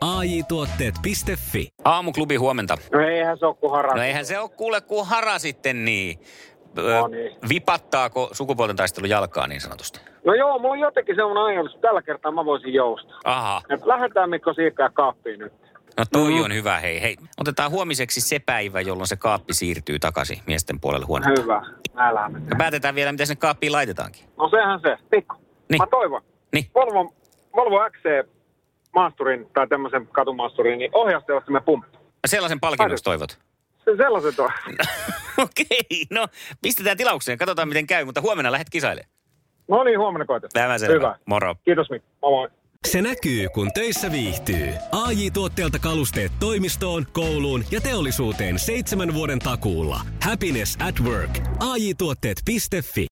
AJ Tuotteet.fi Aamuklubi huomenta. No eihän se ole kuin haras. No eihän se ole kuule kun hara sitten niin. Ö, No niin. Vipattaako sukupuolten taistelu jalkaa niin sanotusti? No joo, mulla on jotenkin semmoinen ajatus, että tällä kertaa mä voisin joustaa. Aha, Et lähdetään Mikko siirtää kaappiin nyt. no Mm. toi on hyvä hei. Hei, otetaan huomiseksi se päivä, jolloin se kaappi siirtyy takaisin miesten puolelle huoneen. Hyvä, älä Ja mitään. päätetään vielä, mitä sinne kaappiin laitetaankin. No sehän se, Mikko. Niin. Mä toivon. Niin, Volvo, Volvo XC maasturin tai tämmöisen katumaasturin, niin ohjaustelostimme pumppu. no sellaisen palkinnoksi toivot. Se sellaisen tuo. Niin. Okei, no pistetään tilaukseen, katsotaan miten käy, mutta huomenna lähdet kisaille. No niin, huomenna koetetaan. Tämä selvä. Hyvä. Moro. Kiitos Mikko. Moi moi. Se näkyy, kun töissä viihtyy. AJ Tuotteelta kalusteet toimistoon, kouluun ja teollisuuteen seitsemän vuoden takuulla. Happiness at work. AJ Tuotteet.fi